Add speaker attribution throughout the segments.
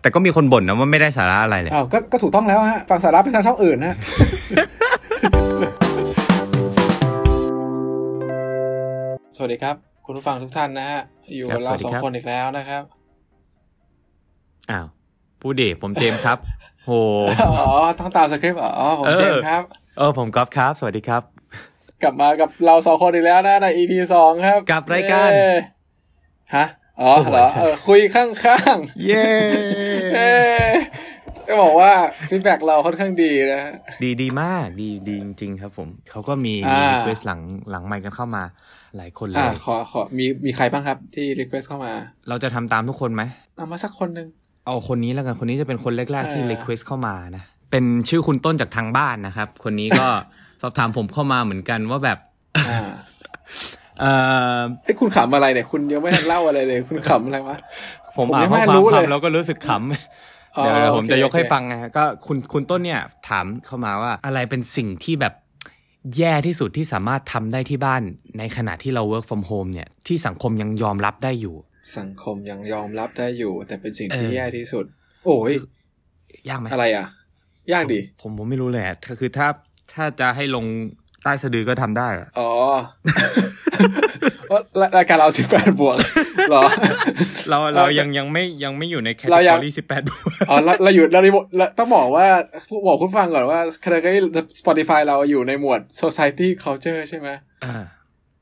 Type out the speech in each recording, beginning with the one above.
Speaker 1: แต่ก็มีคนบ่นนะว่าไม่ได้สาระอะไรเลย
Speaker 2: อ้าวก็ก็ถูกต้องแล้วฮะฟังสาระไปทางช่องอื่นนะ สวัสดีครับ คุณผู้ฟังทุกท่านนะฮะ อยู่กับ
Speaker 1: ครั
Speaker 2: เรา
Speaker 1: บสวัสดี
Speaker 2: สอง
Speaker 1: ครับ
Speaker 2: คนอีกแล้วนะครับ
Speaker 1: อ้าวพูดดิผมเจมส์ครับ โห
Speaker 2: อ๋อ ต้องตามสคริปต์เหรออ๋อ ผมเจมส์ครับ
Speaker 1: เออผมก๊อฟครับ สวัสดีครับ
Speaker 2: กลับมากับเราสองคนอีกแล้วนะใน EP สองครับ
Speaker 1: กับรายการ
Speaker 2: เย้ฮะ อ๋อ
Speaker 1: โอ้โห
Speaker 2: เหรอ
Speaker 1: ใช่
Speaker 2: เออคุยข้าง
Speaker 1: เย้
Speaker 2: ๆเอ้ยก็บอกว่าฟีดแบ็เราค่อนข้างดีนะฮะ
Speaker 1: ดีดีมากดีดีจริง ๆ ครับ ผมเขาก็มี
Speaker 2: อ่ามี
Speaker 1: รีเควสหลังหลังไมค์กันเข้ามาหลายคนเล
Speaker 2: อ่าย ขอขอมีมีใครบ้างครับที่รีเควสเข้ามา
Speaker 1: เราจะทำตามทุกคนไหม
Speaker 2: เอามาสักคนหนึ่ง
Speaker 1: เอาคนนี้แล้วกัน คนนี้จะเป็นคนแรก ๆ ที่
Speaker 2: เออ
Speaker 1: รีเควสเข้ามานะ เป็นชื่อคุณต้นจากทางบ้านนะครับ คนนี้ก็ สอบถามผมเข้ามาเหมือนกันว่าแบบ
Speaker 2: อ่า
Speaker 1: เอ่อ
Speaker 2: ไอ้ยคุณขำอะไรเนี่ย คุณยังไม่ทันเล่าอะไรเลย คุณขำอะไรวะ
Speaker 1: ผม
Speaker 2: ผม
Speaker 1: อ่า
Speaker 2: ยั
Speaker 1: น
Speaker 2: ง
Speaker 1: ข้
Speaker 2: ไม่
Speaker 1: อความ
Speaker 2: รู้เลย
Speaker 1: คำแล้วก็รู้สึกขำ
Speaker 2: อ๋อ
Speaker 1: เดี๋ยวเดี๋ยวผม
Speaker 2: โอค
Speaker 1: จะยกให้
Speaker 2: โอเค
Speaker 1: ฟังนะฮะก็คุณคุณต้นเนี่ยถามเข้ามาว่าอะไรเป็นสิ่งที่แบบแย่ที่สุดที่สามารถทำได้ที่บ้านในขณะที่เรา work from home เนี่ยที่สังคมยังยอมรับได้อยู่
Speaker 2: สังคมยังยอมรับได้อยู่ แต่เป็นสิ่งที่
Speaker 1: เออ
Speaker 2: แย่ที่สุด โอ้ย
Speaker 1: ยากไหม
Speaker 2: อะไรอ่ะ ยากดิ
Speaker 1: ผมผมไม่รู้เลยอะคือถ้าถ้าจะให้ลงใต้สะดือก็ทำได้อะ
Speaker 2: อ๋อ ว่ารายการเราสิบแปดบวกเหรอ
Speaker 1: เราเรายังยังไม่ยังไม่อยู่ในแคต
Speaker 2: เรา
Speaker 1: ตา
Speaker 2: ยัง
Speaker 1: ล็อสิบแป ดบวก
Speaker 2: อ๋อเราเราอยู่เราในหมวดเราต้องบอกว่าบอกคุณฟังก่อนว่าคณะกรรมการ Spotify เราอยู่ในหมวด society culture ใช่ไหม
Speaker 1: อ่า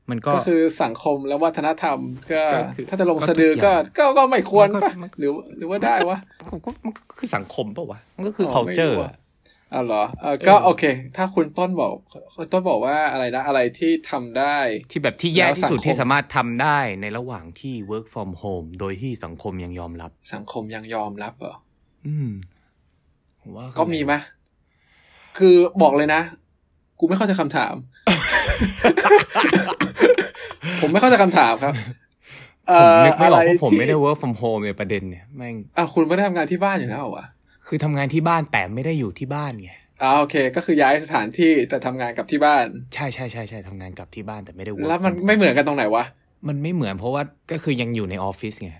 Speaker 1: มันก็
Speaker 2: ก็คือสังคมและวัฒนธรรม ก็
Speaker 1: ก็คือ
Speaker 2: ถ้าจะลงสะดือ
Speaker 1: ก็
Speaker 2: ก็
Speaker 1: ทุกอย่าง
Speaker 2: ก็ก็ไม่ควร
Speaker 1: มันก็
Speaker 2: ปะ
Speaker 1: มันก็
Speaker 2: หรือหรือว่าได้วะ
Speaker 1: ก็ก็มันก็คือสังคมเปล่าวะมันก็คือ
Speaker 2: อ๋อไม่รู้
Speaker 1: culture
Speaker 2: อะ
Speaker 1: อะ
Speaker 2: อ้าวเหรอเออก็
Speaker 1: เออ
Speaker 2: โอเค ถ้าคุณต้นบอกคุณต้นบอกว่าอะไรนะ อะไรที่ทำได้
Speaker 1: ที่แบบที่แย่ที่สุด
Speaker 2: แล้วสังคม
Speaker 1: ที่สามารถทำได้ในระหว่างที่ work from home โดยที่สังคมยังยอมรับ
Speaker 2: สังคมยังยอมรับเหรอ
Speaker 1: อืมผมว่า
Speaker 2: ก็มีไหมยคือบอกเลยนะ กูไม่เข้าใจคำถาม ผมไม่เข้าใจคำถามครับ
Speaker 1: ผมนึกไม่ออกว่าผม
Speaker 2: ะรที่
Speaker 1: ไม่ได้ work from home เนี่ยประเด็นเนี่ยแม่ง
Speaker 2: อ้าวคุณไม่ได้ทำงานที่บ้านอยู่แล้วเหรอวะ
Speaker 1: คือทำงานที่บ้านแต่ไม่ได้อยู่ที่บ้านไง
Speaker 2: อ้าวโอเค ก็คือย้ายสถานที่แต่ทำงานกับที่บ้าน
Speaker 1: ใช่ใช่ใช่ใช่ทำงานกลับที่บ้านแต่ไม่ได้ work
Speaker 2: แล้วมัน
Speaker 1: from home
Speaker 2: ไม่เหมือนกันตรงไหนวะ
Speaker 1: มันไม่เหมือนเพราะว่าก็คือยังอยู่ในออฟฟิศไง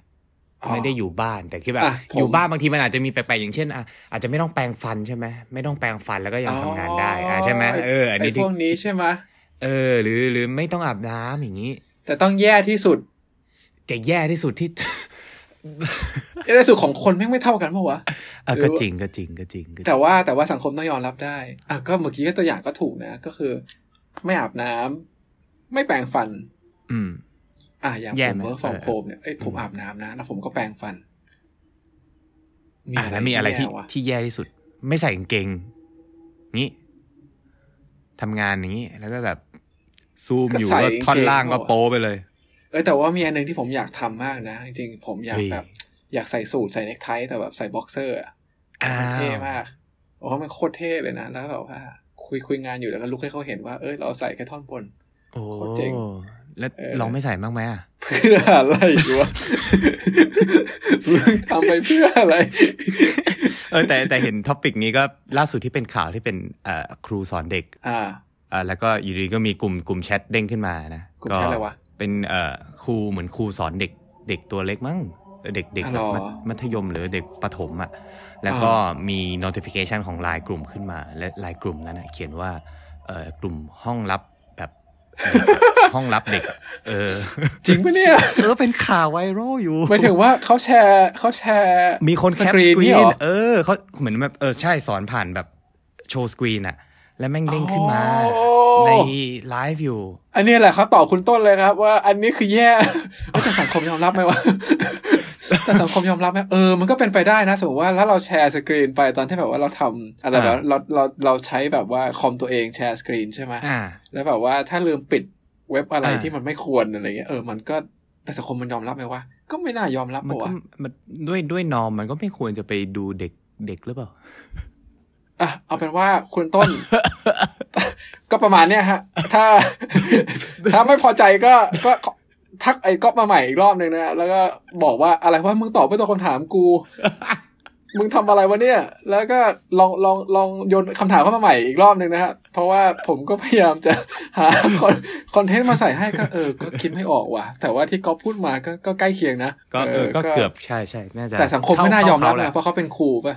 Speaker 2: อ๋อ
Speaker 1: ไม่ได้อยู่บ้านแต่คือแบบ
Speaker 2: อ่ะผม
Speaker 1: อยู่บ้านบางทีมันอาจจะมีแปลกๆอย่างเช่นอ่ะอาจจะไม่ต้องแปรงฟันใช่ไหมไม่ต้องแปรงฟันแล้วก็ยังทำงานได้อ่ะใช่ไหมเอออันนี้
Speaker 2: ไพวกนี้ใช่ไหมย
Speaker 1: เออ หรือหรือไม่ต้องอาบน้ำอย่างนี้
Speaker 2: แต่ต้องแย่ที่สุด
Speaker 1: แต่แย่ที่สุดที่
Speaker 2: แย่ที่สุดของคนแม่งไม่เท่ากันปะวะ
Speaker 1: เออก็จริงก็จริงก็จริงก็จริง
Speaker 2: แต่ว่าแต่ว่าสังคมต้องยอมรับได้อ่ะก็เมื่อกี้ก็ตัวอย่างก็ถูกนะ ก็คือ ไม่อาบน้ำไม่แปรงฟัน
Speaker 1: อืม
Speaker 2: อ่ะอย่าง
Speaker 1: แย่
Speaker 2: ผม
Speaker 1: ไหม
Speaker 2: เวิร์กฟอร์ม
Speaker 1: เออ
Speaker 2: โฮมเนี่ยเอ้ยผมอาบน้ำนะแล้วผมก็แปรงฟัน
Speaker 1: อ่ะแล้วมีอะไรที่
Speaker 2: แย่วะ
Speaker 1: ที่แย่ที่สุด ไม่ใส่กางเกงงี้ทำงานอย่างนี้ แล้วก็แบบซูมอยู่ว่าท่อนล่างก็โป๊ไปเลย
Speaker 2: เอ้ยแต่ว่ามีอันหนึงที่ผมอยากทำมากนะ จริงๆผมอยาก
Speaker 1: เฮ้ย
Speaker 2: แบบอยากใส่สูทใส่เนคไทแต่แบบใส่บ็อกเซอร์อะ
Speaker 1: อ้า
Speaker 2: เท่
Speaker 1: ว
Speaker 2: มากโอ้มันโคตรเท่เลยนะ แล้วแบบว่า คุยคุยงานอยู่แล้วก็ลุกให้เขาเห็นว่า เอ้ย เราใส่แค่ท่อนบน
Speaker 1: โอ้
Speaker 2: โคตรเจ๋ง
Speaker 1: แล้ว
Speaker 2: เออ
Speaker 1: ลองไม่ใส่บ้างไหมอ่ะ
Speaker 2: เพื่ออะไรวะ ทำไปเพื่ออะไร
Speaker 1: เออแต่แต่เห็นท็อปิกนี้ก็ล่าสุดที่เป็นข่าวที่เป็นเอ่อครูสอนเด็ก
Speaker 2: อ่า
Speaker 1: เอ่อแล้วก็อยู่ดีก็มีกลุ่มกลุ่มแชทเด้งขึ้นมานะ
Speaker 2: กลุ่มแชทอะไรวะ
Speaker 1: เป็นเอ่อครูเหมือนครูสอนเด็ก เด็กตัวเล็กมั้งเออเด็กเด็ก
Speaker 2: อ๋อ
Speaker 1: แบ
Speaker 2: เหร
Speaker 1: บ
Speaker 2: อ
Speaker 1: มัธมัธยมหรือเด็กประถมอ่ะ แล้วก็มี notification ของไลน์กลุ่มขึ้นมา และไลน์กลุ่มนั้นนะเขียนว่าเอ่อกลุ่มห้องรับแบบ ห้องรับเด็ก เออ
Speaker 2: จริงปะเนี่ย
Speaker 1: เออ เป็นข่าวไวรัลอยู่
Speaker 2: หมายถึงว่าเขาแชร์เขาแชร์
Speaker 1: มีคนแคปส
Speaker 2: screen
Speaker 1: กรี
Speaker 2: นี่
Speaker 1: น
Speaker 2: เหรอ
Speaker 1: เออเขาเหมือนแบบเออ ใช่สอนผ่านแบบโชว์สกรีนอะและแม่งเด้งขึ้นมา
Speaker 2: โอ้
Speaker 1: ในไลฟ์อยู่
Speaker 2: อันนี้แหละเขาตอบคุณต้นเลยครับ ว่าอันนี้คือแย่ เอ้ยแต่สังคมยอมรับไหมวะ แต่สังคมยอมรับไหมเออมันก็เป็นไปได้นะสมมติว่าแล้วเราแชร์สกรีนไปตอนที่แบบว่าเราทำอะไรแบบ
Speaker 1: อ่า
Speaker 2: เราเราเราใช้แบบว่าคอมตัวเองแชร์สกรีนใช่ไหม
Speaker 1: อ่า
Speaker 2: แล้วแบบว่าถ้าลืมปิดเว็บอะไร
Speaker 1: อ่า
Speaker 2: ที่มันไม่ควรอะไรเงี้ยเออมันก็แต่สังคมมันยอมรับไหมวะก็ไม่น่ายอมรับ
Speaker 1: มัน
Speaker 2: ปะ
Speaker 1: ก็
Speaker 2: วะ
Speaker 1: มันด้วยด้วยนอมมันก็ไม่ควรจะไปดูเด็กเด็กหรือเปล่า
Speaker 2: อ่ะเอาเป็นว่าคุณต้น ก็ประมาณเนี้ยฮะ ถ้า ถ้าไม่พอใจก็ก็ทักไอ้ก๊อปมาใหม่อีกรอบหนึ่งนะแล้วก็บอกว่าอะไรว่ามึงตอบไม่ตรงคำถามกู มึงทำอะไรวะเนี่ย แล้วก็ลองลองลองโยนคำถามเข้ามาใหม่อีกรอบหนึ่งนะฮะ เพราะว่าผมก็พยายามจะ หาคอนคอนเทนต์มาใส่ให้ก็เออ ก็คิดไม่ออกว่ะ แต่ว่าที่ก๊อฟพูดมาก็ก็ใกล้เคียงนะ
Speaker 1: ก็เออก็เกือบใช่ใช่น่าจะ
Speaker 2: แต่สังคม
Speaker 1: เข้
Speaker 2: ไม่น่ายอมรับ
Speaker 1: เข้แห
Speaker 2: นะเพราะเขาเป็นครูป่ะ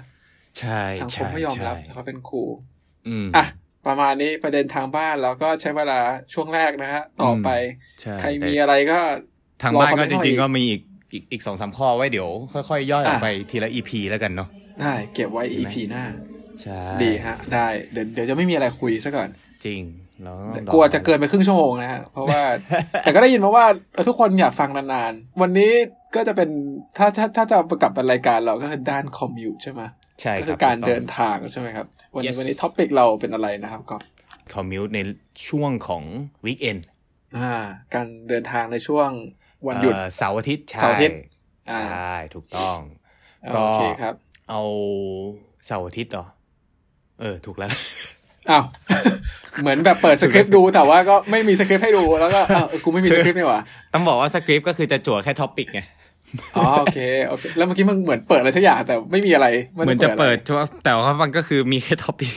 Speaker 1: ใช่
Speaker 2: สังค
Speaker 1: ใช่
Speaker 2: มไม่ยอมรับ
Speaker 1: ใช่
Speaker 2: แต่เขาเป็นครู
Speaker 1: อืม
Speaker 2: อ่ะ ประมาณนี้ประเด็นทางบ้านเราก็ใช้เวลาช่วงแรกนะฮะ ต่อไป
Speaker 1: ใช่
Speaker 2: ใคร
Speaker 1: แต่
Speaker 2: มีอะไรก็
Speaker 1: ทางบ้าน
Speaker 2: รอคอมเม
Speaker 1: ก็
Speaker 2: นต์
Speaker 1: จ
Speaker 2: หน่อย
Speaker 1: ริงๆก็มีอีกอีกอีกสองสามข้อไว้เดี๋ยว ค่อยๆย่อยออก
Speaker 2: อ่ะ
Speaker 1: ไปทีละอีพีแล้วกันเนาะ
Speaker 2: ได้เก็บไว้ EP หน้า
Speaker 1: ใช่
Speaker 2: ดีฮะ ได้เดี๋ยวเดี๋ยวจะไม่มีอะไรคุยซะก่อน
Speaker 1: จริงเราต้องรอก
Speaker 2: ลัวจะเกินไปครึ่งชั่วโมงนะฮะ เพ ราะว่า แต่ก็ได้ยินมาว่าเออทุกคนอยากฟังนานๆ วันนี้ก็จะเป็นถ้าถ้าถ้าจะประกลับเป็นรายการเราก็คือด้านคอมมิวใช่ไหม
Speaker 1: ใช่
Speaker 2: ก็
Speaker 1: ค
Speaker 2: คื
Speaker 1: รับ
Speaker 2: อการ
Speaker 1: ถูต้ง
Speaker 2: เดินทางใช่ไหมครับ วันนี้
Speaker 1: Yes
Speaker 2: วันนี้ท็อปิกเราเป็นอะไรนะครับก๊อฟ
Speaker 1: คอมมิวในช่วงของวีคเอน
Speaker 2: อ่า การเดินทางในช่วงวันหยุด
Speaker 1: เสาร์อาทิตย์ใช่
Speaker 2: เสาร์อาทิตย์อ่า
Speaker 1: ใช่ถูกต้อง
Speaker 2: อ่า
Speaker 1: ก็
Speaker 2: โอเคครับ
Speaker 1: เอาเสาร์อาทิตย์เหรอเออ ถูกแล้ว
Speaker 2: อ้าว เหมือนแบบเปิดสคริปต์ดูแต่ว่าก็ไม่มีสคริปต์ให้ดูแล้วก็อ้าวเออกูไม่มีสคริปต์นี่หว่า
Speaker 1: ต้องบอกว่าสคริปต์ก็คือจะจั่วแค่ท็อปิกไง
Speaker 2: อ๋อโอเคโอเค แล้วเมื่อกี้มันเหมือนเปิดอะไรสักอย่างแต่ไม่มีอะไรไได้
Speaker 1: เหมือนจะ
Speaker 2: ไร
Speaker 1: เปิดใช่ไหมแต่ว่ามันก็คือมีแค่ท็อ ปิก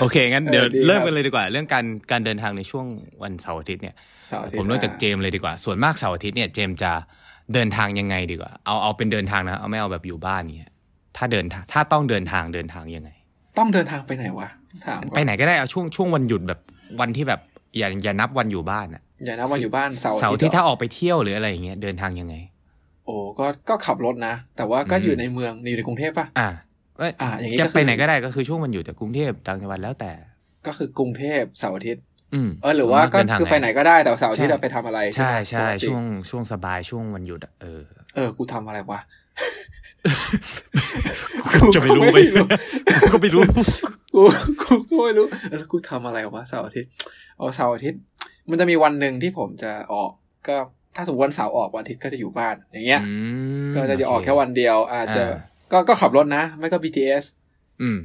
Speaker 1: โอเค งั้นเดี๋ยว
Speaker 2: เออดีครับ
Speaker 1: เริ่มกันเลยดีกว่า เรื่องการการเดินทางในช่วงวันเสาร์อาทิตย์เนี่ย
Speaker 2: เสาร์อาทิตย์
Speaker 1: ผมเริ่มจากเจมส์เลยดีกว่า ส่วนมากเสาร์อาทิตย์เนี่ยเจมส์จะเดินทางยังไงดีกว่า เอาเอาเป็นเดินทางนะ เอาไม่เอาแบบอยู่บ้านเงี้ย ถ้าเดินทางถ้าต้องเดินทางเดินทางยังไง
Speaker 2: ต้องเดินทางไปไหนวะถามก่อน
Speaker 1: ไปไหนก็ได้เอาช่วงช่วงวันหยุดแบบวันที่แบบอย่าอย่านับวันอยู่บ้านอะ
Speaker 2: อย่านะวันอยู่บ้านเสาร์
Speaker 1: เสาร์อาที่
Speaker 2: หร
Speaker 1: ถ้า
Speaker 2: อ
Speaker 1: ออกไปเที่ยวหรืออะไรอย่างเงี้ยเดินทางยังไง
Speaker 2: โอ้ก็ก็ขับรถนะ แต่ว่าก็
Speaker 1: อืม
Speaker 2: อยู่ในเมืองอยู่ในกรุงเทพป่ะ
Speaker 1: อ่ะเอ้ย
Speaker 2: อ่า อย่างนี้
Speaker 1: จะ
Speaker 2: ก็คือ
Speaker 1: ไปไหนก็ได้ก็คือช่วงวันหยุดแต่กรุงเทพต่างจังหวัดแล้วแต่
Speaker 2: ก็คือกรุงเทพเสาร์อาทิตย์
Speaker 1: อืม
Speaker 2: เออหรือว่าก็
Speaker 1: เดิทง
Speaker 2: คือไปไหนก็ได้แต่ว่าเสาร์อาทิตย์เราไปทำอะไร
Speaker 1: ใช่ใช่
Speaker 2: ปกติ
Speaker 1: ช่วงช่วงสบายช่วงวันหยุดอะเออ
Speaker 2: เออกูทำอะไรวะ
Speaker 1: จะไปรู้ไหม
Speaker 2: กูรู้
Speaker 1: ก็ไม่รู้
Speaker 2: กู กูกูไม่รู้เออกูทำอะไรวะเสาร์อาทิตย์เอาเสาร์อาทิตย์ มันจะมีวันหนึ่งที่ผมจะออก ก็ถ้าสมมติวันเสาร์ออกวันอาทิตย์ก็จะอยู่บ้านอย่างเงี้ย ก็จะออกแค่วันเดียว อาจจะ
Speaker 1: อ่า
Speaker 2: ก็ก็ขับรถนะ ไม่ก็ BTS
Speaker 1: อืม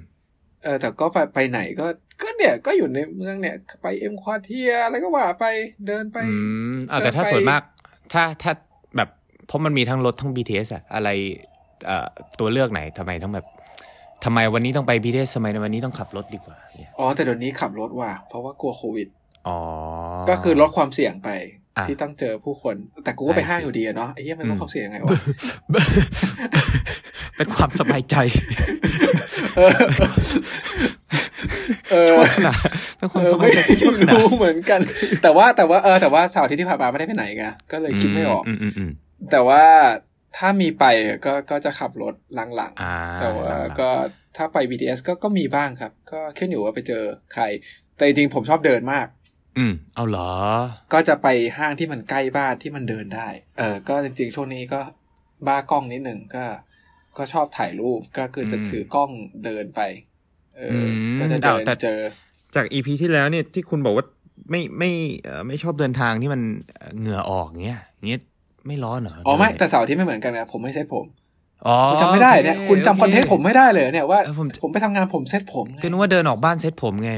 Speaker 2: เออแต่ก็ไปไปไหนก็ก็เนี่ยก็อยู่ในเมืองเนี่ยไปเอ็มควอเทียแล้วก็ว่าไปเดินไป
Speaker 1: อืมเอาแต่
Speaker 2: เดินไป
Speaker 1: ถ้าส่วนมาก ถ้าถ้าแบบเพราะมันมีทั้งรถทั้ง BTS อะอะไรเอ่อตัวเลือกไหนทำไมต้องแบบทำไมวันนี้ต้องไป BTS ทำไมวันนี้ต้องขับรถดีกว่าเนี่ย
Speaker 2: อ๋อแต่เดี๋ยวนี้ขับรถว่ะเพราะว่ากลัวโควิด
Speaker 1: อ๋อ
Speaker 2: ก็คือลดความเสี่ยงไป
Speaker 1: อ่ะ
Speaker 2: ที่ต้องเจอผู้คน แต่กูก็ไป
Speaker 1: I see
Speaker 2: ห้างอยู่ดีอะเนาะไอ้เหี้ยมันล
Speaker 1: อื
Speaker 2: ด
Speaker 1: ม
Speaker 2: ความเสี่ยงยังไง วะ
Speaker 1: เป็นความสบายใจ
Speaker 2: เออเออ
Speaker 1: ชั่วขณะเป็นความสบายใจชั่วข
Speaker 2: ไม่
Speaker 1: ณะ
Speaker 2: รู้เหมือนกัน แต่ว่าแต่ว่าเออแต่ว่าเสาร์อาทิตย์ที่ผ่านมาไม่ได้ไปไหนไงก็เลยคิดไม่ออก
Speaker 1: อืมอืมอืม
Speaker 2: แต่ว่าถ้ามีไปก็ก็จะขับรถหลังๆ
Speaker 1: อ่า
Speaker 2: แต่ว่า
Speaker 1: หลังๆ
Speaker 2: ก็ถ้าไป BTS ก็ก็มีบ้างครับ ก็ขึ้นอยู่ว่าไปเจอใคร แต่จริงๆผมชอบเดินมาก
Speaker 1: อืมเอาเหรอ
Speaker 2: ก็จะไปห้างที่มันใกล้บ้านที่มันเดินได้ เออก็จริงๆช่วงนี้ก็บ้ากล้องนิดหนึ่งก็ ก็ชอบถ่ายรูปก็คือจะ
Speaker 1: อืม
Speaker 2: ถือกล้องเดินไป เอออ
Speaker 1: ม
Speaker 2: ก็จะเดิ
Speaker 1: อ้าวน แต่
Speaker 2: เจอ
Speaker 1: จากอีพีที่แล้วเนี่ยที่คุณบอกว่าไม่ไม่เอ่อไม่ชอบเดินทางที่มันเอ่อเหงื่อออกเงี้ยเงี้ยไม่ร้อนเหรออ๋
Speaker 2: อ๋อไม่แต่เสาร์อาที่ไม่เหมือนกันนะผมไม่เซ็ตผม
Speaker 1: อ๋อ
Speaker 2: ผมจำไม่ได้เนี่ย
Speaker 1: โ
Speaker 2: คุณจำคอนเทนต์ผมไม่ได้เลยเนี่ยว่า
Speaker 1: เออผม
Speaker 2: ผมไปทำงานผมเซ็ตผมไง
Speaker 1: ก็นึกว่าเดินออกบ้านเซ็ตผมไง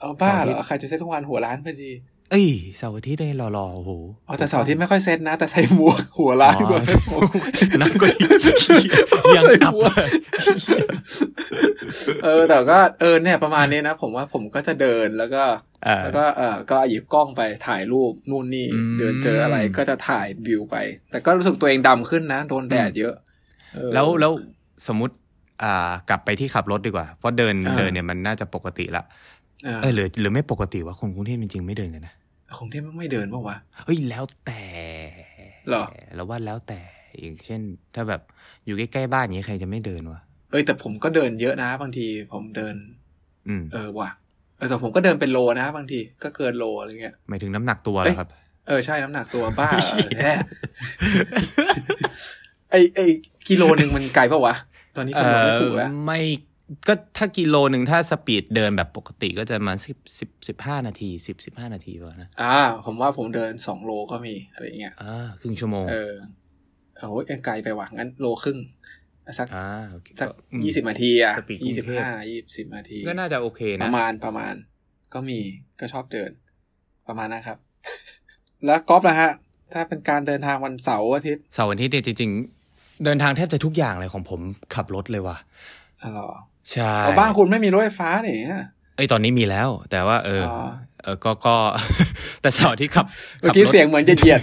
Speaker 2: เอาบ้าเหร
Speaker 1: เสาร์อาทิต
Speaker 2: อ
Speaker 1: ย์
Speaker 2: ใครจะเซ็ตทุกวันหัวร้านพอดี
Speaker 1: เอ้ยเสาร์อาทิตย์ได้หล่อๆโอ้โห
Speaker 2: อ๋อแต่เสาร์อาที่ไม่ค่อยเซ็ตนะ แต่ใส่หมวกหัวร้านกว่าเซ็ตผม
Speaker 1: นักก็อีก ยังอับเลย
Speaker 2: เออแต่ก็เออเนี่ยประมาณนี้นะ ผมว่าผมก็จะเดินแล้วก็
Speaker 1: เออ
Speaker 2: แล้วก็เออก็หยิบกล้องไปถ่ายรูปนู่นนี่
Speaker 1: อืม
Speaker 2: เดินเจออะไรก็จะถ่ายวิวไป แต่ก็รู้สึกตัวเองดำขึ้นนะ โดนแดด
Speaker 1: อืม
Speaker 2: เยอะเออ
Speaker 1: แล้วแล้วสมมติอ่ากลับไปที่ขับรถดีกว่า เพราะเดิน
Speaker 2: อ่า
Speaker 1: เดินเนี่ยมันน่าจะปกติละ
Speaker 2: เออ
Speaker 1: เออหรือหรือไม่ปกติว่าคนกรุงเทพจริงๆไม่เดินกันนะ
Speaker 2: คงที่ไม่เดินปะวะ
Speaker 1: เอ้ยแล้วแต่
Speaker 2: เหรอ
Speaker 1: แล้วว่าแล้วแต่อย่างเช่น ถ้าแบบอยู่ใกล้ๆบ้านอย่างนี้ใครจะไม่เดินวะ
Speaker 2: เอ้ยแต่ผมก็เดินเยอะนะ บางทีผมเดิน
Speaker 1: อืม
Speaker 2: เออว่ะเออแต่ผมก็เดินเป็นโลนะ บางทีก็เกินโลอะไรเงี้ย
Speaker 1: หมายถึงน้ำหนักตัวเหรอครับ
Speaker 2: เออใช่น้ำหนักตัวบ้า
Speaker 1: เชี่ย
Speaker 2: แน่ไอไอกิโลหนึ่งมันไกลปะวะตอนนี้คำนวณไม่ถูกแล้ว
Speaker 1: เอ่อไม่ก็ถ้ากิโลหนึ่งถ้าสปีดเดินแบบปกติก็จะประมาสิบสิบสิบห้านาทีสิบสิบห้านาทีประมาณนะ
Speaker 2: อ่า ผมว่าผมเดินสองโลก็มีอะไรเงี้ย
Speaker 1: อ่าครึ่งชั่วโมง
Speaker 2: เออโอ้ยยังไกลไปว่ะงั้นโลครึ่งสัก
Speaker 1: อ่าโอเค
Speaker 2: สัก
Speaker 1: อืม
Speaker 2: ยี่สิบนาทีอ่ะ
Speaker 1: สปีดกรุ
Speaker 2: ยี่
Speaker 1: ง
Speaker 2: สิบ
Speaker 1: เทพ
Speaker 2: ห้ายี่สิบนาที
Speaker 1: ก็น่าจะโอเค
Speaker 2: ป
Speaker 1: นะ
Speaker 2: ระมาณประมาณ ก็มีก็ชอบเดิน ประมาณนะครับ แล้วกอล์ฟนะฮะ ถ้าเป็นการเดินทางวันเสาร์อาทิตย์
Speaker 1: เสาร์อาทิตย์เนี่ยจริง เดินทางแทบจะทุกอย่างเลยของผมขับรถเลยว่ะ
Speaker 2: อ๋อเหรอ
Speaker 1: ใช่
Speaker 2: เอาบ้านคุณไม่มีรถไฟฟ้านี่ฮะ
Speaker 1: เอ้ยตอนนี้มีแล้ว แต่ว่าเอออ
Speaker 2: อ
Speaker 1: เออก็ ก็ แต่เสาร์อาที่ขับ
Speaker 2: เมื่อ
Speaker 1: ขั
Speaker 2: กี้
Speaker 1: บรถ
Speaker 2: เสียงเหมือนจะ เหยียด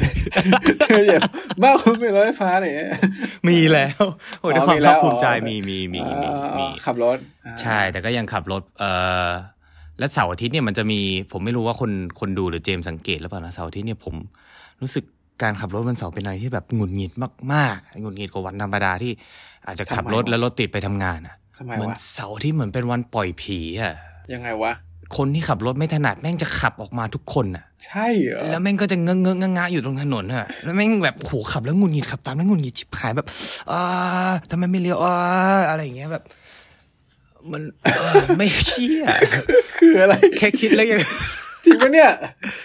Speaker 2: เหยียดบ้านคุณไม่มีรถไฟฟ้านี่
Speaker 1: มีแล้วโอ้ย
Speaker 2: อ๋อ
Speaker 1: ด้วยความ
Speaker 2: มีแล้
Speaker 1: ภาว คภูมิใจ
Speaker 2: อ๋อ
Speaker 1: มีมีมี
Speaker 2: อ๋
Speaker 1: มี
Speaker 2: อ
Speaker 1: มี
Speaker 2: ขับรถ
Speaker 1: ใช่ แต่ก็ยังขับรถ เออและเสาร์อาทิตย์เนี่ยมันจะมี ผมไม่รู้ว่าคนคนดูหรือเจมส์สังเกตหรือเปล่านะเสาร์อาทิตย์เนี่ยผมรู้สึกการขับรถวันเสาร์เป็นอะไรที่แบบหงุดหงิดมากๆหงุดหงิดกว่าวันธรรมดาที่อาจจะขับรถแล้วรถติดไปทำงานอ่ะ
Speaker 2: ทำไม
Speaker 1: เหมือน
Speaker 2: วะ
Speaker 1: เสาร์อาที่เหมือนเป็นวันปล่อยผีอ่ะ
Speaker 2: ยังไงวะ
Speaker 1: คนที่ขับรถไม่ถนัดแม่งจะขับออกมาทุกคนอ่ะ
Speaker 2: ใช่เหรอ
Speaker 1: แล้วแม่งก็จะเงอะเงอะงะงะอยู่ตรงถนนอ่ะแล้วแม่งแบบโหขับแล้วหงุดหงิดขับตามแล้วหงุดหงิดชิบหายแบบอ่าทำไมไม่เลี้ยวอ่าอะไรอย่างเงี้ยแบบ มันเออไม่เชี่ย
Speaker 2: คืออะไร
Speaker 1: แค่คิดแล้วยัง
Speaker 2: จริงปะเนี่ย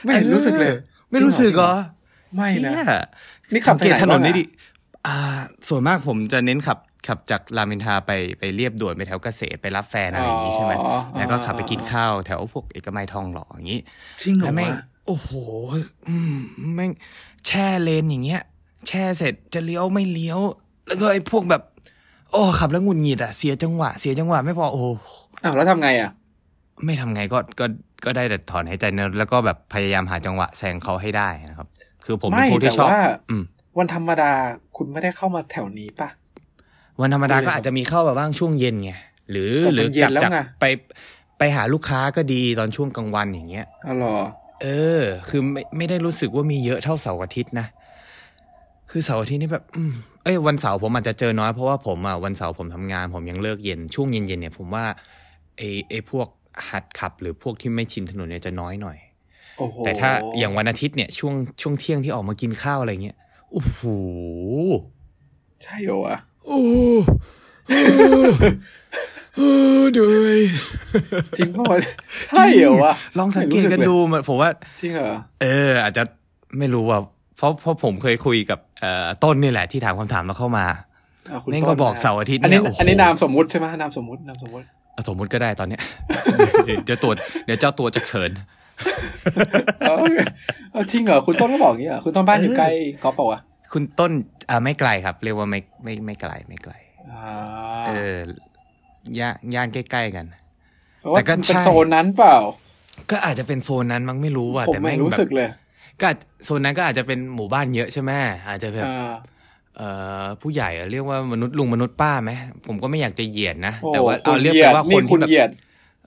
Speaker 2: ไม่เห็นรู้สึกเลย
Speaker 1: ไม่รู้สึกเหรอ
Speaker 2: ไม่นะ
Speaker 1: เชี่ย
Speaker 2: นี่ขั
Speaker 1: สัง
Speaker 2: บไป
Speaker 1: เกต
Speaker 2: ไหน
Speaker 1: ถนน
Speaker 2: บ้างอะ
Speaker 1: นี่ดิอ่า ส่วนมากผมจะเน้นขับขับจากรามอินทราไปไปเรียบด่วนไปแถวเกษตรไปรับแฟนอะไรอย่างงี้ใช่ไหม
Speaker 2: อ๋อ
Speaker 1: แล้วก็ขับไปกินข้าวแถวพวกเอกมัยทองหล่ออย่างงี้
Speaker 2: จริงเหร
Speaker 1: แล้
Speaker 2: อ
Speaker 1: วแม่ง
Speaker 2: วะ
Speaker 1: โอ้โหอืมแม่งแช่เลนอย่างเงี้ย แช่เสร็จจะเลี้ยวไม่เลี้ยว แล้วก็ไอ้พวกแบบ โอ้ขับแล้วหงุดหงิดอ่ะเสียจังหวะเสียจังหวะไม่พอโอ้
Speaker 2: อ้าวแล้วทำไงอ่ะ
Speaker 1: ไม่ทำไงก็ก็ก็ได้แต่ถอนหายใจนะแล้วก็แบบพยายามหาจังหวะแซงเขาให้ได้นะครับ คือผมเป็น
Speaker 2: ไม่
Speaker 1: ผู้ที่
Speaker 2: แต่
Speaker 1: ชอบ
Speaker 2: ว่า
Speaker 1: อืม
Speaker 2: วันธรรมดาคุณไม่ได้เข้ามาแถวนี้ปะ
Speaker 1: วันธรรมดา
Speaker 2: คุยเลย
Speaker 1: ก็อาจจะมีเข้าแบบบ้างช่วงเย็นไงหรือ
Speaker 2: แต่มัน
Speaker 1: หรื
Speaker 2: เย็
Speaker 1: กลั
Speaker 2: นแล้ว
Speaker 1: จาก
Speaker 2: ไง
Speaker 1: ไปไปหาลูกค้าก็ดีตอนช่วงกลางวันอย่างเงี้ย
Speaker 2: อ๋อเหรอ
Speaker 1: เออ คือไม่ไม่ได้รู้สึกว่ามีเยอะเท่าเสาร์อาทิตย์นะ คือเสาร์อาทิตย์นี่แบบอืมเอ้ยวันเสาร์ผมอาจจะเจอน้อยเพราะว่าผมอ่ะวันเสาร์ผมทำงาน ผมยังเลิกเย็นช่วงเย็นๆเนี่ยผมว่าไอไอพวกหัดขับ หรือพวกที่ไม่ชินถนนเนี่ยจะน้อยหน่อย
Speaker 2: โอ้โห
Speaker 1: แต่ถ้าอย่างวันอาทิตย์เนี่ยช่วงช่วงเที่ยงที่ออกมากินข้าวอะไรเงี้ยโอ้โห
Speaker 2: ใช่เหรอวะ
Speaker 1: โอ้โอ้โอ้เดย
Speaker 2: จริงปะวะ ใช่เหรอวะ
Speaker 1: ลองสังเกตกันดูมันผมว่า
Speaker 2: จริงเหรอ
Speaker 1: เออ อาจจะไม่รู้ว่า เพราะเพราะผมเคยคุยกับเอ่อต้นนี่แหละที่ถามคำถามแล้วเข้ามา
Speaker 2: อ่ะคุณ
Speaker 1: แม่งก็
Speaker 2: ต้นะ
Speaker 1: บอกเสาร์อาทิตย์
Speaker 2: อันนี้
Speaker 1: เนี่ยโอ้โห
Speaker 2: อันนี้นามสมมุติใช่ไหมนามสมมุตินามสมมุติ
Speaker 1: อ่ะสมมุติก็ได้ตอนเนี้ย เดี๋ยวเดี๋ยวตัวเดี๋ยวเจ้าตัวจะเขิน
Speaker 2: เอาเอาจริงเหรอคุณต้นก็บอกอย่างนี้เหรอคุณต้นบ้านอยู่ใกล้กอล์ฟเปล่าวะ
Speaker 1: คุณต้นอ่าไม่ไกลครับ เรียกว่าไม่ไม่ไม่ไกลไม่ไกล
Speaker 2: อ่า
Speaker 1: เออย่านย่านใกล้ๆกัน
Speaker 2: แปลว่า
Speaker 1: แต่ก็
Speaker 2: มัน
Speaker 1: ใช่
Speaker 2: เป็นโซนนั้นเปล่า
Speaker 1: ก็อาจจะเป็นโซนนั้นมั้งไม่รู้ว่ะ
Speaker 2: ผม
Speaker 1: แต่
Speaker 2: ไม่
Speaker 1: แม่ง
Speaker 2: รู้
Speaker 1: แบ
Speaker 2: สึ
Speaker 1: บ
Speaker 2: กเลย
Speaker 1: ก็อาจโซนนั้นก็อาจจะเป็นหมู่บ้านเยอะใช่ไหมอาจจะแบบ
Speaker 2: อ่า
Speaker 1: เอ่อผู้ใหญ่เรียกว่ามนุษย์ลุงมนุษย์ป้าไหมผมก็ไม่อยากจะเหยียดนะ
Speaker 2: โอ้
Speaker 1: แต่ว่า
Speaker 2: คุ
Speaker 1: เอา
Speaker 2: ณ
Speaker 1: เรียก
Speaker 2: เหยี
Speaker 1: ไป
Speaker 2: ยด
Speaker 1: ว่าค
Speaker 2: นี่
Speaker 1: น
Speaker 2: คุ
Speaker 1: ที่
Speaker 2: ณ
Speaker 1: แบบ
Speaker 2: เหยียด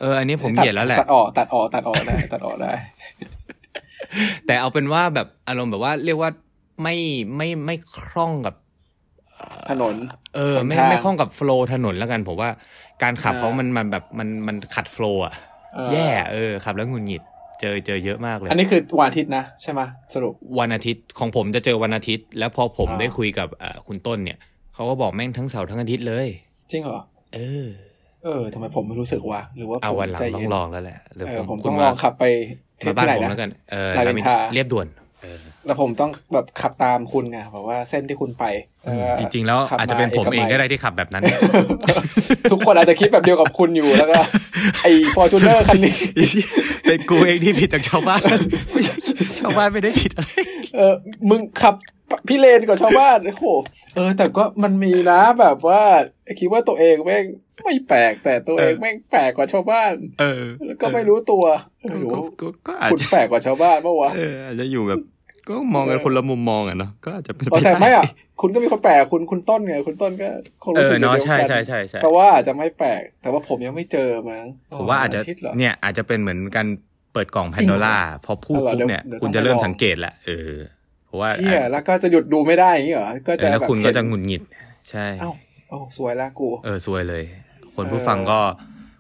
Speaker 1: เอออันนี้ผมเหยียดแล้วแหละ
Speaker 2: ตัดออกตัดออกตัดออกได้ตัดออกได้
Speaker 1: แต่เอาเป็นว่าแบบอารมณ์แบบว่าเรียกว่าไม่ไม่ไม่คล่องกับ
Speaker 2: ถนน
Speaker 1: เออไม่
Speaker 2: หนทาง
Speaker 1: ไม่คล่องกับโฟล์ถนนแล้วกันผมว่าการขับ
Speaker 2: อ่า
Speaker 1: เขามันมันแบบมันมันขัดโฟล์อะ
Speaker 2: เออ
Speaker 1: แย่เออขับแล้วหงุนหงิดเจอเจอเยอะมากเลย
Speaker 2: อันนี้คือวันอาทิตย์นะ ใช่ไหมสรุป
Speaker 1: วันอาทิตย์ของผมจะเจอวันอาทิตย์ แล้วพอผม
Speaker 2: อ่า
Speaker 1: ได้คุยกับเอ่อคุณต้นเนี่ยเขาก็บอกแม่งทั้งเสาร์ทั้งอาทิตย์เลย
Speaker 2: จริงเหรอ
Speaker 1: เออ
Speaker 2: เออทำไมผมไม่รู้สึกวะหรือว่า
Speaker 1: เอา
Speaker 2: ผม
Speaker 1: วันหลัง
Speaker 2: ใจ
Speaker 1: ต้อ
Speaker 2: เย็
Speaker 1: ง
Speaker 2: น
Speaker 1: ลองแล้วแหละหรือ
Speaker 2: เอ
Speaker 1: ผ
Speaker 2: อ
Speaker 1: ม
Speaker 2: ผม
Speaker 1: คุ
Speaker 2: ต้
Speaker 1: ณ
Speaker 2: องล
Speaker 1: มา
Speaker 2: องขับไปที่
Speaker 1: มาบ้าน
Speaker 2: ที่ไห
Speaker 1: ผ
Speaker 2: น
Speaker 1: ม
Speaker 2: นะ
Speaker 1: แล้วกันเออ
Speaker 2: รามอินทรา
Speaker 1: เรียบด่วนเออ
Speaker 2: แล้วผมต้องแบบขับตามคุณไงแบบว่าเส้นที่คุณไป
Speaker 1: อ
Speaker 2: แล้วก็
Speaker 1: จริง ๆ แล้ว
Speaker 2: ขับ
Speaker 1: อาจจะเป็นผมเอง
Speaker 2: ย
Speaker 1: ก็ได้ที่ขับแบบนั้น
Speaker 2: ทุกคนอาจจะคิดแบบเดียวกับคุณอยู่ แล้วก็ ไอ้ฟอร์จูเนอร์คันนี้
Speaker 1: เป็นกูเองที่ผิดจากชาวบ้านไม่ใช่ชาวบ้านไม่ได้ผิดอะไร
Speaker 2: เออมึงขับพี่เลนกว่าชาวบ้านโอ้โหเออ แต่ก็มันมีนะแบบว่าคิดว่าตัวเองแม่งไม่แปลกแต่ตัวเอง
Speaker 1: เออ
Speaker 2: แม่งแปลกกว่าชาวบ้าน
Speaker 1: เออ
Speaker 2: แล้วก็ไม่รู้ตัวเออหรือ
Speaker 1: ก็
Speaker 2: ว่า
Speaker 1: ก็ก็อาจ
Speaker 2: คุณ
Speaker 1: จะ
Speaker 2: แปลกกว่าชาวบ้านเมื่อวะ
Speaker 1: เอออาจจะอยู่แบบ ก็ม องกันคนละมุมมองอ่ะเนาะก็อาจจะเป็น
Speaker 2: อ๋อแต่ไม่
Speaker 1: ด้
Speaker 2: อ่ะ คุณก็มีคนแปลกคุณคุณต้นไงคุณต้นก็คงรู้สึก
Speaker 1: เออ
Speaker 2: เดีย
Speaker 1: เนาะ
Speaker 2: วกัน
Speaker 1: ใช่ใช่ใช่ใช่
Speaker 2: แต่ว่าอาจจะไม่แปลก แต่ว่าผมยังไม่เจอมั้ง
Speaker 1: ผมว่าอาจจะ
Speaker 2: นทิตย์เหรอ
Speaker 1: เนี่ยอาจจะเป็นเหมือนการเปิดกล่องแพน
Speaker 2: จริง
Speaker 1: โด
Speaker 2: เหรอ
Speaker 1: ล่าพอพูด
Speaker 2: เอา
Speaker 1: ปุ๊บ
Speaker 2: เหรอเดี๋ยว
Speaker 1: เนี่ย
Speaker 2: เดี๋ยว
Speaker 1: คุณ
Speaker 2: ต้อง
Speaker 1: จะ
Speaker 2: ไป
Speaker 1: เริ่ม
Speaker 2: ลอง
Speaker 1: สังเกตแหละเออเพราะว่า
Speaker 2: เชี่ยแล้วก็จะหยุดดูไม่ได้อย่างนี้เหรอก็
Speaker 1: เอ
Speaker 2: จะ
Speaker 1: อแล้ว
Speaker 2: บบ
Speaker 1: คุณก็จะ
Speaker 2: เห็น
Speaker 1: หงุดหงิด ใช่
Speaker 2: เอ้าโอ้าสวยละกู
Speaker 1: เออซวยเลย คน
Speaker 2: เออ
Speaker 1: ผู้ฟังก็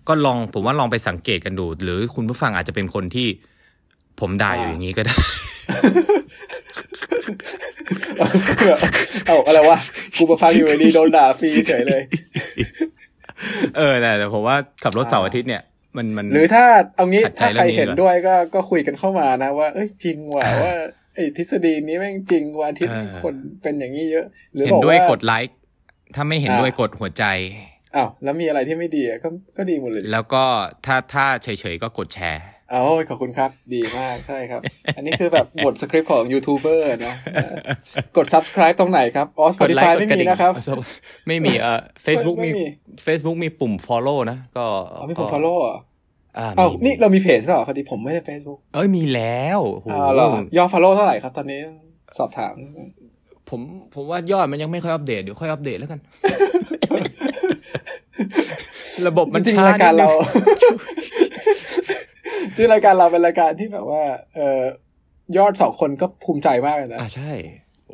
Speaker 1: ก็ลองผมว่าลองไปสังเกตกันดู หรือคุณผู้ฟังอาจจะเป็นคนที่ ผมด่าอยู่อย่างนี้ก็ได้
Speaker 2: เอ้าอะไรวะ กูมาฟังอยู่ดีๆโดนด่าฟรีเฉยเลย
Speaker 1: เออแต่แต่ผมว่าขับรถเสาร์อาทิตย์เนี่ยมันมัน
Speaker 2: หรือถ้าเอางี้
Speaker 1: ขัดใจ
Speaker 2: ถ้าใคร
Speaker 1: เรื่องนี้
Speaker 2: เห็น
Speaker 1: เหรอ
Speaker 2: ด้วยก็ก็คุยกันเข้ามานะว่า เอ้ยจริงว่ะว่าไอ้ทฤษฎีนี้แม่งจริงว่าอาทิตย์
Speaker 1: เออ
Speaker 2: คนเป็นอย่างนี้เยอะ หรือ
Speaker 1: เห็
Speaker 2: บอน ก
Speaker 1: ด้วย
Speaker 2: ว่าก
Speaker 1: ดไลค์ถ้าไม่เห็นด้วยกดหัวใจ
Speaker 2: อ้าวแล้วมีอะไรที่ไม่ดีอะก็ก็ดีหมดเลย
Speaker 1: แล้วก็ถ้าถ้าเฉยๆก็กดแชร์
Speaker 2: เอาขอบคุณครับ ดีมากใช่ครับ อันนี้คือแบบบทสคริปต์ของยูทูบเบอร์ นะเออกด subscribe ตรงไหนครับอ๋อ Spotify
Speaker 1: กดล
Speaker 2: ไม่
Speaker 1: กดก
Speaker 2: มี
Speaker 1: ดิ่ง
Speaker 2: นะครับ
Speaker 1: ไม่มีเอ่อ Facebook
Speaker 2: ไม่
Speaker 1: มี
Speaker 2: มี
Speaker 1: Facebook มีปุ่ม follow นะ ก็
Speaker 2: อ๋อมีผม follow เหรอ
Speaker 1: อ่า
Speaker 2: เอ้า
Speaker 1: มี
Speaker 2: นี่เรามีเพจเหรอพอดีผมไม่ได้ Facebook
Speaker 1: เอ้ย มีแล้วโห
Speaker 2: อ่าเหรอยอด follow เท่าไหร่ครับ ตอนนี้สอบถาม
Speaker 1: ผมผมว่ายอดมันยังไม่ค่อยอัปเดต เดี๋ยวค่อยอัปเดตแล้ว กัน ระบบมัน
Speaker 2: จริง
Speaker 1: ช้า
Speaker 2: ๆราย
Speaker 1: นิ
Speaker 2: การ
Speaker 1: ด นึ
Speaker 2: เรา
Speaker 1: ง
Speaker 2: จริงๆรายการเราเป็นรายการที่แบบว่า เออยอดสองคนก็ภูมิใจมากเลยนะ
Speaker 1: อ่าใช่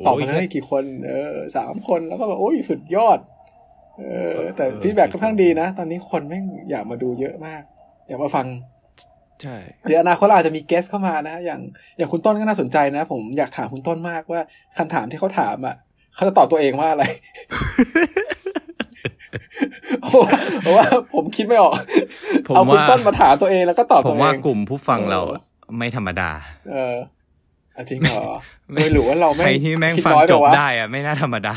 Speaker 2: ตอบมา
Speaker 1: โย
Speaker 2: ได้กี่คน เออสามคนแล้วก็แบบโอ้ยสุดยอด เออ แต่ฟีดแบ็กค่อนข้างดีนะ ตอนนี้คนไม่งอยากมาดูเยอะมาก อยากมาฟัง
Speaker 1: ใช่
Speaker 2: เดี๋ยวอนาคตเราอาจจะมีเกสเข้ามานะฮะอย่างอย่างคุณต้นก็น่าสนใจนะ ผมอยากถามคุณต้นมากว่าคำถามที่เขาถามอ่ะเขาจะตอบตัวเองว่าอะไร เพราะว่าผมคิดไม่ออก
Speaker 1: ผม
Speaker 2: เอาคุณ
Speaker 1: ว่า
Speaker 2: ต้นมาถามตัวเองแล้วก็ตอบ
Speaker 1: ผ
Speaker 2: ตั
Speaker 1: ม
Speaker 2: วเอ
Speaker 1: ว่าง กลุ่มผู้ฟัง
Speaker 2: เออ
Speaker 1: เราอะไม่ธรรมดา
Speaker 2: เอออ่ะจริงเหรอ
Speaker 1: ไม่
Speaker 2: เออหรือว่าเราไม่
Speaker 1: ใครที่แม่ง
Speaker 2: คิด
Speaker 1: ฟัง
Speaker 2: น้อยป
Speaker 1: จบ
Speaker 2: วะ
Speaker 1: ได้อะไม่น่าธรรมดา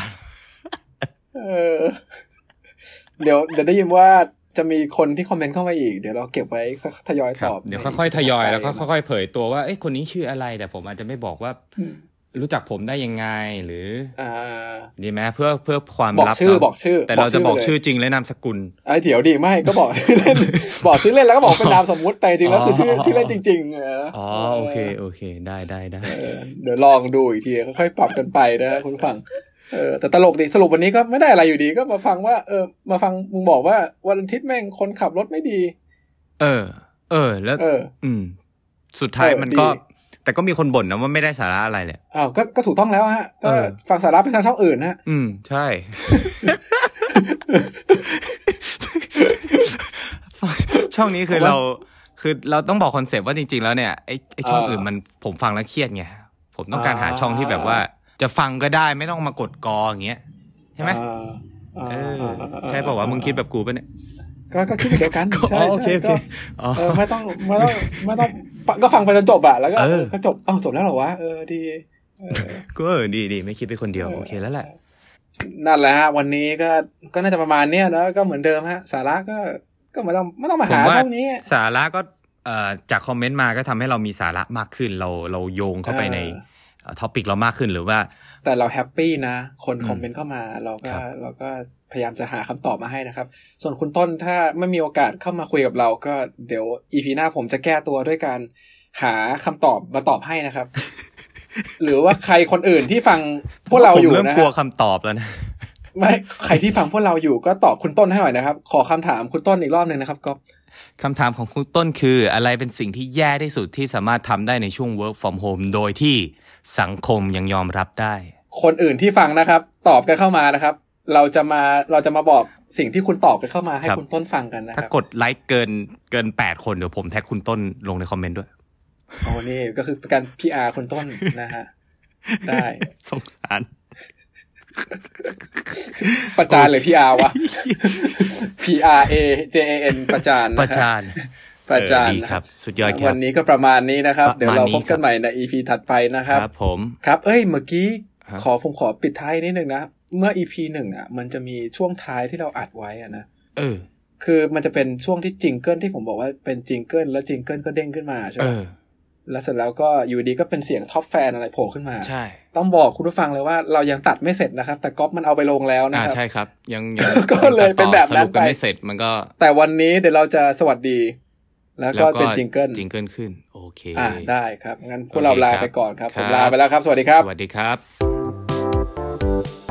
Speaker 2: เออ เดี๋ยวเดี๋ยวได้ยินว่าจะมีคนที่คอมเมนต์เข้ามาอีก เดี๋ยวเราเก็บไว้ทยอย
Speaker 1: ครั
Speaker 2: ต
Speaker 1: บ
Speaker 2: อบ
Speaker 1: เดี๋ยวค่อยๆ ทยอย
Speaker 2: ใน
Speaker 1: แล้วก็ค่อยๆ เผยตัวว่าเอ้ยคนนี้ชื่ออะไร แต่ผมอาจจะไม่บอกว่า
Speaker 2: อืม
Speaker 1: รู้จักผมได้ยังไง หรือ
Speaker 2: อ่า
Speaker 1: ดีไหมเพื่อเพื่อความ
Speaker 2: บอก
Speaker 1: ลับ
Speaker 2: ชื่อ
Speaker 1: เนะ
Speaker 2: บอกชื่อ
Speaker 1: แต่เราจะบอกชื่อ
Speaker 2: ลย
Speaker 1: จริงและนามสกุล
Speaker 2: ไอ้ยเดี๋ยวดีไม่ก็บอก ชื่อเล่น บอกชื่อเล่นแล้วก็บอกเป็นนามสมมุติแต่จริงๆแล้วคือชื่อ
Speaker 1: อ๋อ
Speaker 2: ชื่อเล่นจริงๆเออ
Speaker 1: อ๋อโอเคโอเค ได้ได้ได้
Speaker 2: เออเดี๋ยวลองดูอีกทีค่อยๆปรับกันไปนะคุณผู้ฟังเออแต่ตลกดีสรุปวันนี้ก็ไม่ได้อะไรอยู่ดีก็มาฟังว่าเออมาฟังมึงบอกว่าวันอาทิตย์แม่งคนขับรถไม่ดี
Speaker 1: เออ เออ แล้ว
Speaker 2: เออ
Speaker 1: อืม สุดท้าย
Speaker 2: เออ
Speaker 1: มันก็
Speaker 2: ดี
Speaker 1: แต่ก็มีคนบ่นนะว่าไม่ได้สาระอะไรเลย
Speaker 2: อ้าวก็ก็ถูกต้องแล้วฮะก็
Speaker 1: เออ
Speaker 2: ฟังสาระเป็นทางช่องอื่นฮะ
Speaker 1: อืม ใช่ ช่องนี้คือเรา คือเราต้องบอกคอนเซปต์ว่าจริง ๆ แล้วเนี่ยไอ้ไอ้ช่อง
Speaker 2: เอออื่
Speaker 1: อื่นมันผมฟังแล้วเครียดไงผมต้องการหา
Speaker 2: อ่า
Speaker 1: ช่องที่แบบว่า จะฟังก็ได้ไม่ต้องมากดกออย่างเงี้ยใช่ไหม
Speaker 2: อ่า
Speaker 1: เออ
Speaker 2: อ่าอ่า
Speaker 1: ใช่บอกว่าวะมึงคิดแบบกูปะเนี่ย
Speaker 2: ก็ก็คิดเดียว กัน
Speaker 1: อ๋
Speaker 2: ใช่
Speaker 1: อโอเค
Speaker 2: ใช่
Speaker 1: โอเค
Speaker 2: ก็
Speaker 1: อ๋อ
Speaker 2: เออไม่ต้องไม่ต้องไม่ต้องปะก็ฟังไปจนจบอะแล้วก็
Speaker 1: เออ
Speaker 2: เออก็จบเอ้าจบแล้วเหรอวะเออดีเออ
Speaker 1: ก็เออดีดีไม่คิดไปคนเดียวโอเคแล้วแหละ
Speaker 2: นั่นแหละฮะวันนี้ก็ก็น่าจะประมาณเนี้ยนะก็เหมือนเดิมฮะ สาระก็ก็ไม่ต้องไม่ต้องมา
Speaker 1: ผม
Speaker 2: หา
Speaker 1: ว่า
Speaker 2: ช่องนี้
Speaker 1: สาระก็เอ่อจากคอมเมนต์มาก็ทำให้เรามีสาระมากขึ้นเราเราโยงเข้าไปใน
Speaker 2: เออ
Speaker 1: ท็อปิกเรามากขึ้นหรือว่า
Speaker 2: แต่เราแฮปปี้นะ คน
Speaker 1: อืม
Speaker 2: คอมเมนต์เข้ามา เราก็
Speaker 1: ครับ
Speaker 2: เราก็พยายามจะหาคำตอบมาให้นะครับ ส่วนคุณต้นถ้าไม่มีโอกาสเข้ามาคุยกับเราก็เดี๋ยวอีพีหน้าผมจะแก้ตัวด้วยการหาคำตอบมาตอบให้ นะครับ หรือว่าใครคนอื่นที่ฟังพวกเรา
Speaker 1: ผม
Speaker 2: อยู่
Speaker 1: เริ่ม
Speaker 2: นะ
Speaker 1: กลัว
Speaker 2: ฮะ
Speaker 1: คำตอบแล้วนะ
Speaker 2: ไม่ใครที่ฟังพวกเราอยู่ก็ตอบคุณต้นให้หน่อยนะครับ ขอคำถามคุณต้นอีกรอบหนึ่งนะครับก็
Speaker 1: คำถามของคุณต้นคืออะไรเป็นสิ่งที่แย่ที่สุดที่สามารถทำได้ในช่วง work from home โดยที่สังคมยังยอมรับได้
Speaker 2: คนอื่นที่ฟังนะครับ ตอบกันเข้ามานะครับ เราจะมาเราจะมาบอกสิ่งที่คุณตอบกันเข้ามาให้
Speaker 1: ครับ
Speaker 2: คุณต้นฟังกันนะค
Speaker 1: ถ้า
Speaker 2: รับ
Speaker 1: กดไลค์เกินเกิน 8 คนเดี๋ยวผมแท็กคุณต้นลงในคอมเมน ต์ด้วย
Speaker 2: โอ้นี่ก็คือการ PR คนต้นนะฮะ ได้
Speaker 1: สงสาร
Speaker 2: ประจานหรือ PR วะ P R A J A N ประจานนฮ
Speaker 1: ประจาน
Speaker 2: ประจาน
Speaker 1: เออดี
Speaker 2: นะครับ
Speaker 1: สุดยอดครั
Speaker 2: วั
Speaker 1: บ
Speaker 2: นนี้ก็ประมาณนี้นะครับ
Speaker 1: ประมาณนี้
Speaker 2: เดี๋ยวเราพบกันใหม่ใน EP ถัดไปนะครับ
Speaker 1: ครับผม
Speaker 2: ครับ เอ้ย เมื่อกี้
Speaker 1: ครับ
Speaker 2: ขอผมขอปิดท้ายนิดนึงนะ เมื่อ EP หนึ่งอ่ะ มันจะมีช่วงท้ายที่เราอัดไว้อ่ะนะ
Speaker 1: เออ
Speaker 2: คือมันจะเป็นช่วงที่จิงเกิลที่ผมบอกว่าเป็นจิงเกิลแล้วจิงเกิลก็เด้งขึ้นมาใช่
Speaker 1: เอ
Speaker 2: ไหม
Speaker 1: อ
Speaker 2: แล้วเสร็จแล้วก็อยู่ดีก็เป็นเสียงท็อปแฟนอะไรโผล่ขึ้นมา
Speaker 1: ใช่
Speaker 2: ต้องบอกคุณผู้ฟังเลยว่าเรายังตัดไม่เสร็จนะครับ แต่ก๊อฟมันเอาไปลงแล้วนะ
Speaker 1: อ่า
Speaker 2: ครับ
Speaker 1: ใช่ครับ ยังยัง
Speaker 2: ก็เลยเป็นแบบ
Speaker 1: ส
Speaker 2: นั้น
Speaker 1: รุปกัน
Speaker 2: ไป
Speaker 1: ไม่เสร็จมันก็
Speaker 2: แต่วันนี้เดี๋ยวเราจะสวัสดี แล้วก็เป็นจิงเกิล
Speaker 1: จิงเกิลขึ้น โอเค
Speaker 2: อ่าได้ครับ งั้นพวกเรา
Speaker 1: โอเค
Speaker 2: ลา
Speaker 1: ครับ
Speaker 2: ไปก่อนครับ ผ
Speaker 1: ค
Speaker 2: ม
Speaker 1: รับ
Speaker 2: ลาไปแล้วครับ สวัสดีครับ
Speaker 1: สวัสดีครับ